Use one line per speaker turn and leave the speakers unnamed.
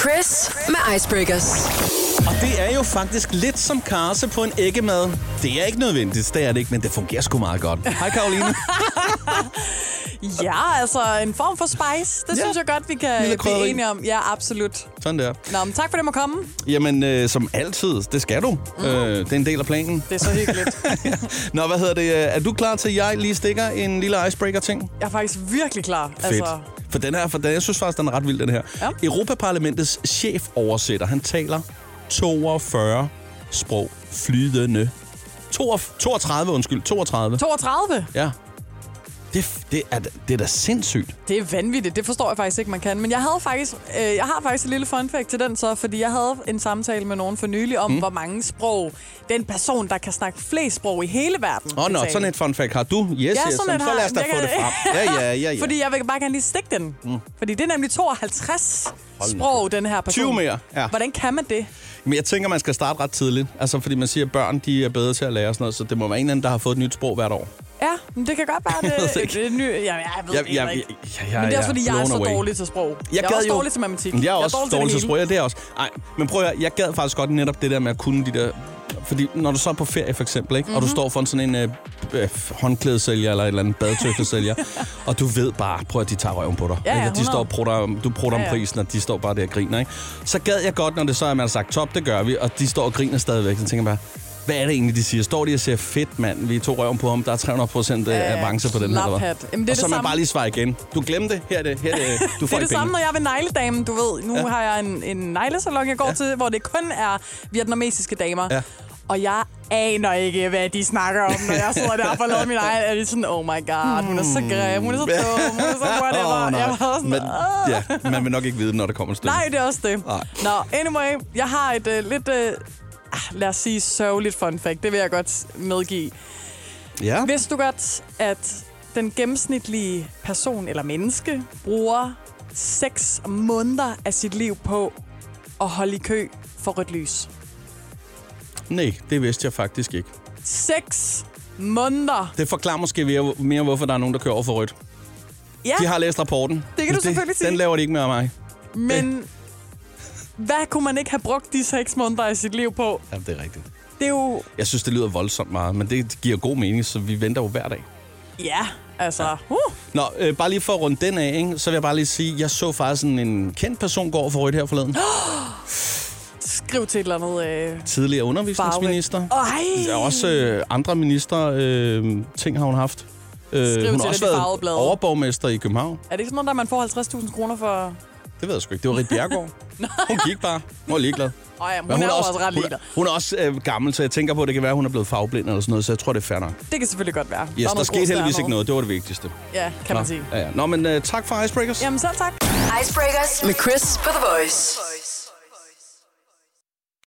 Chris med Icebreakers.
Og det er jo faktisk lidt som karse på en æggemad. Det er ikke nødvendigt, det er det ikke, men det fungerer sgu meget godt. Hej Karoline.
Ja, altså en form for spice. Det
Ja.
ja. synes jeg godt, vi
Lille
kan blive
krydderi.
enige om. Ja, absolut.
Sådan der.
Nå, men tak for det at komme.
Jamen, øh, som altid, det skal du.
Mhm.
Mm. Øh, det er en del af planen.
Det er så hyggeligt.
Nå, hvad hedder det? øh, Er du klar til, at jeg lige stikker en lille icebreaker-ting?
Jeg er faktisk virkelig klar. Altså,
For den her, for den, jeg synes faktisk, den er ret vild, den her.
Ja.
Europaparlamentets chefoversætter, han taler 42 sprog flydende. 32, 32 undskyld, 32.
32.
Ja. Det, det, er, da- det er da sindssygt.
Det er vanvittigt. Det forstår jeg faktisk ikke, man kan. Men jeg havde faktisk, øh, jeg har faktisk et lille fun fact til den så, fordi jeg havde en samtale med nogen for nylig om, mm. hvor mange sprog den person, der kan snakke flest sprog i hele verden.
Åh, oh,
kan
nå,
tale.
sådan et fun fact har du. Yes, ja, yes.
sådan
Sådan
et
så
har
lad os da
jeg.
få
Jeg
det
kan-
frem. Ja, ja, ja, ja.
Fordi jeg vil bare gerne lige stikke den. Mm. Fordi det er nemlig 52 sprog, den her person.
20 mere, ja.
Hvordan kan man det?
Men jeg tænker, man skal starte ret tidligt. Altså, fordi man siger, at børn de er bedre til at lære og sådan noget, så det må være en eller anden, der har fået et nyt sprog hvert år.
Ja, men det kan godt være,
Jeg ved
det,
ikke.
det er ny... Ja, jeg ved
Jeg-
det
jeg-
ikke.
jeg- jeg-
men det er også,
jeg
fordi jeg er
blown
så
away.
dårlig til sprog. Jeg,
gad
er også
jo-
dårlig til matematik.
Jeg er også
dårlig,
dårlig til
det hele.
sprog. Ja, det er jeg også. Ej, men prøv at høre, jeg gad faktisk godt netop det der med at kunne de der... Fordi når du så er på ferie for eksempel, ikke? Mm-hmm.
Mhm.
og du står for sådan en øh, øh, håndklædesælger eller et eller andet badetøftesælger, og du ved bare, prøv at de tager røven på dig.
Ja, ja,
Ikke? Og de
100.
står og prutter, om- du prutter ja,
Ja,
om
ja.
prisen, og de står bare der og griner. Ikke? Så gad jeg godt, når det så er, at man har sagt, top, det gør vi, og de står og griner stadigvæk. Så tænker jeg bare, hvad er det egentlig, de siger? Står de og siger, fedt mand, vi tog røven på ham, der er 300 procent øh,
Ja,
avance på den her, eller hvad?
slaphat. Jamen, det er
og så
det
man
samme.
bare lige svarer igen. Du glemte det, her er det, her er det, du
Det
får
er
ikke
det samme,
penge.
når jeg er ved negledamen, du ved. Nu ja. har jeg en, en neglesalon, jeg går ja. til, hvor det kun er vietnamesiske damer.
Ja.
Ja. Og jeg aner ikke, hvad de snakker om, når jeg sidder der og får lavet min egen. Er det sådan, oh my god, hun er så grim, hun er så dum, hun er så whatever.
Hmm. Åh,
Oh,
nej.
jeg var sådan,
Men,
"Åh."
ja, man vil nok ikke vide, det, når der kommer et stykke.
Nej, det er også det.
Nej.
Nå, anyway, jeg har et uh, lidt, uh, lad os sige, sørgeligt fun fact. Det vil jeg godt medgive.
Ja.
Vidste du godt, at den gennemsnitlige person eller menneske bruger 6 måneder af sit liv på at holde i kø for rødt lys?
Nej, det vidste jeg faktisk ikke.
6 måneder!
Det forklarer måske mere, mere, hvorfor der er nogen, der kører over for rødt.
Ja,
De har læst rapporten.
kan du selvfølgelig sige.
Den laver de ikke med mig.
men hvad kunne man ikke have brugt de 6 måneder af sit liv på?
Jamen, det er rigtigt.
Det er jo...
Jeg synes, det lyder voldsomt meget, men det giver god mening, så vi venter jo hver dag.
Ja, altså... Uh.
Nå, øh, bare lige for at runde den af, ikke, så vil jeg bare lige sige, jeg så faktisk en, en kendt person gå over for rødt her forleden.
Skriv til et eller andet... Øh,
Tidligere undervisningsminister.
Ej!
Der er også øh, andre ministre, øh, ting har hun haft.
Skriv
Øh, hun
til
har
det,
også
de
været
farveblade.
overborgmester i København.
Er det ikke sådan noget, der man får 50.000 kroner for...
Det ved jeg sgu ikke. Det var Rit Bjergård. hun gik bare. Hun var ligeglad.
Åh ja, hun,
Men
hun er, er også, også ret
hun,
ligeglad.
er- hun er også øh, gammel, så jeg tænker på, at det kan være, at hun er blevet farveblind eller sådan noget, så jeg tror, det er fair nok.
Det kan selvfølgelig godt være.
Yes,
er
der,
noget
skete
grus
heldigvis
dernede.
ikke noget. Det var det vigtigste. Kan
Ja, kan man sige.
Ja, ja. Nå, men øh, tak for Icebreakers.
Jamen selv tak.
Icebreakers med Chris på The Voice.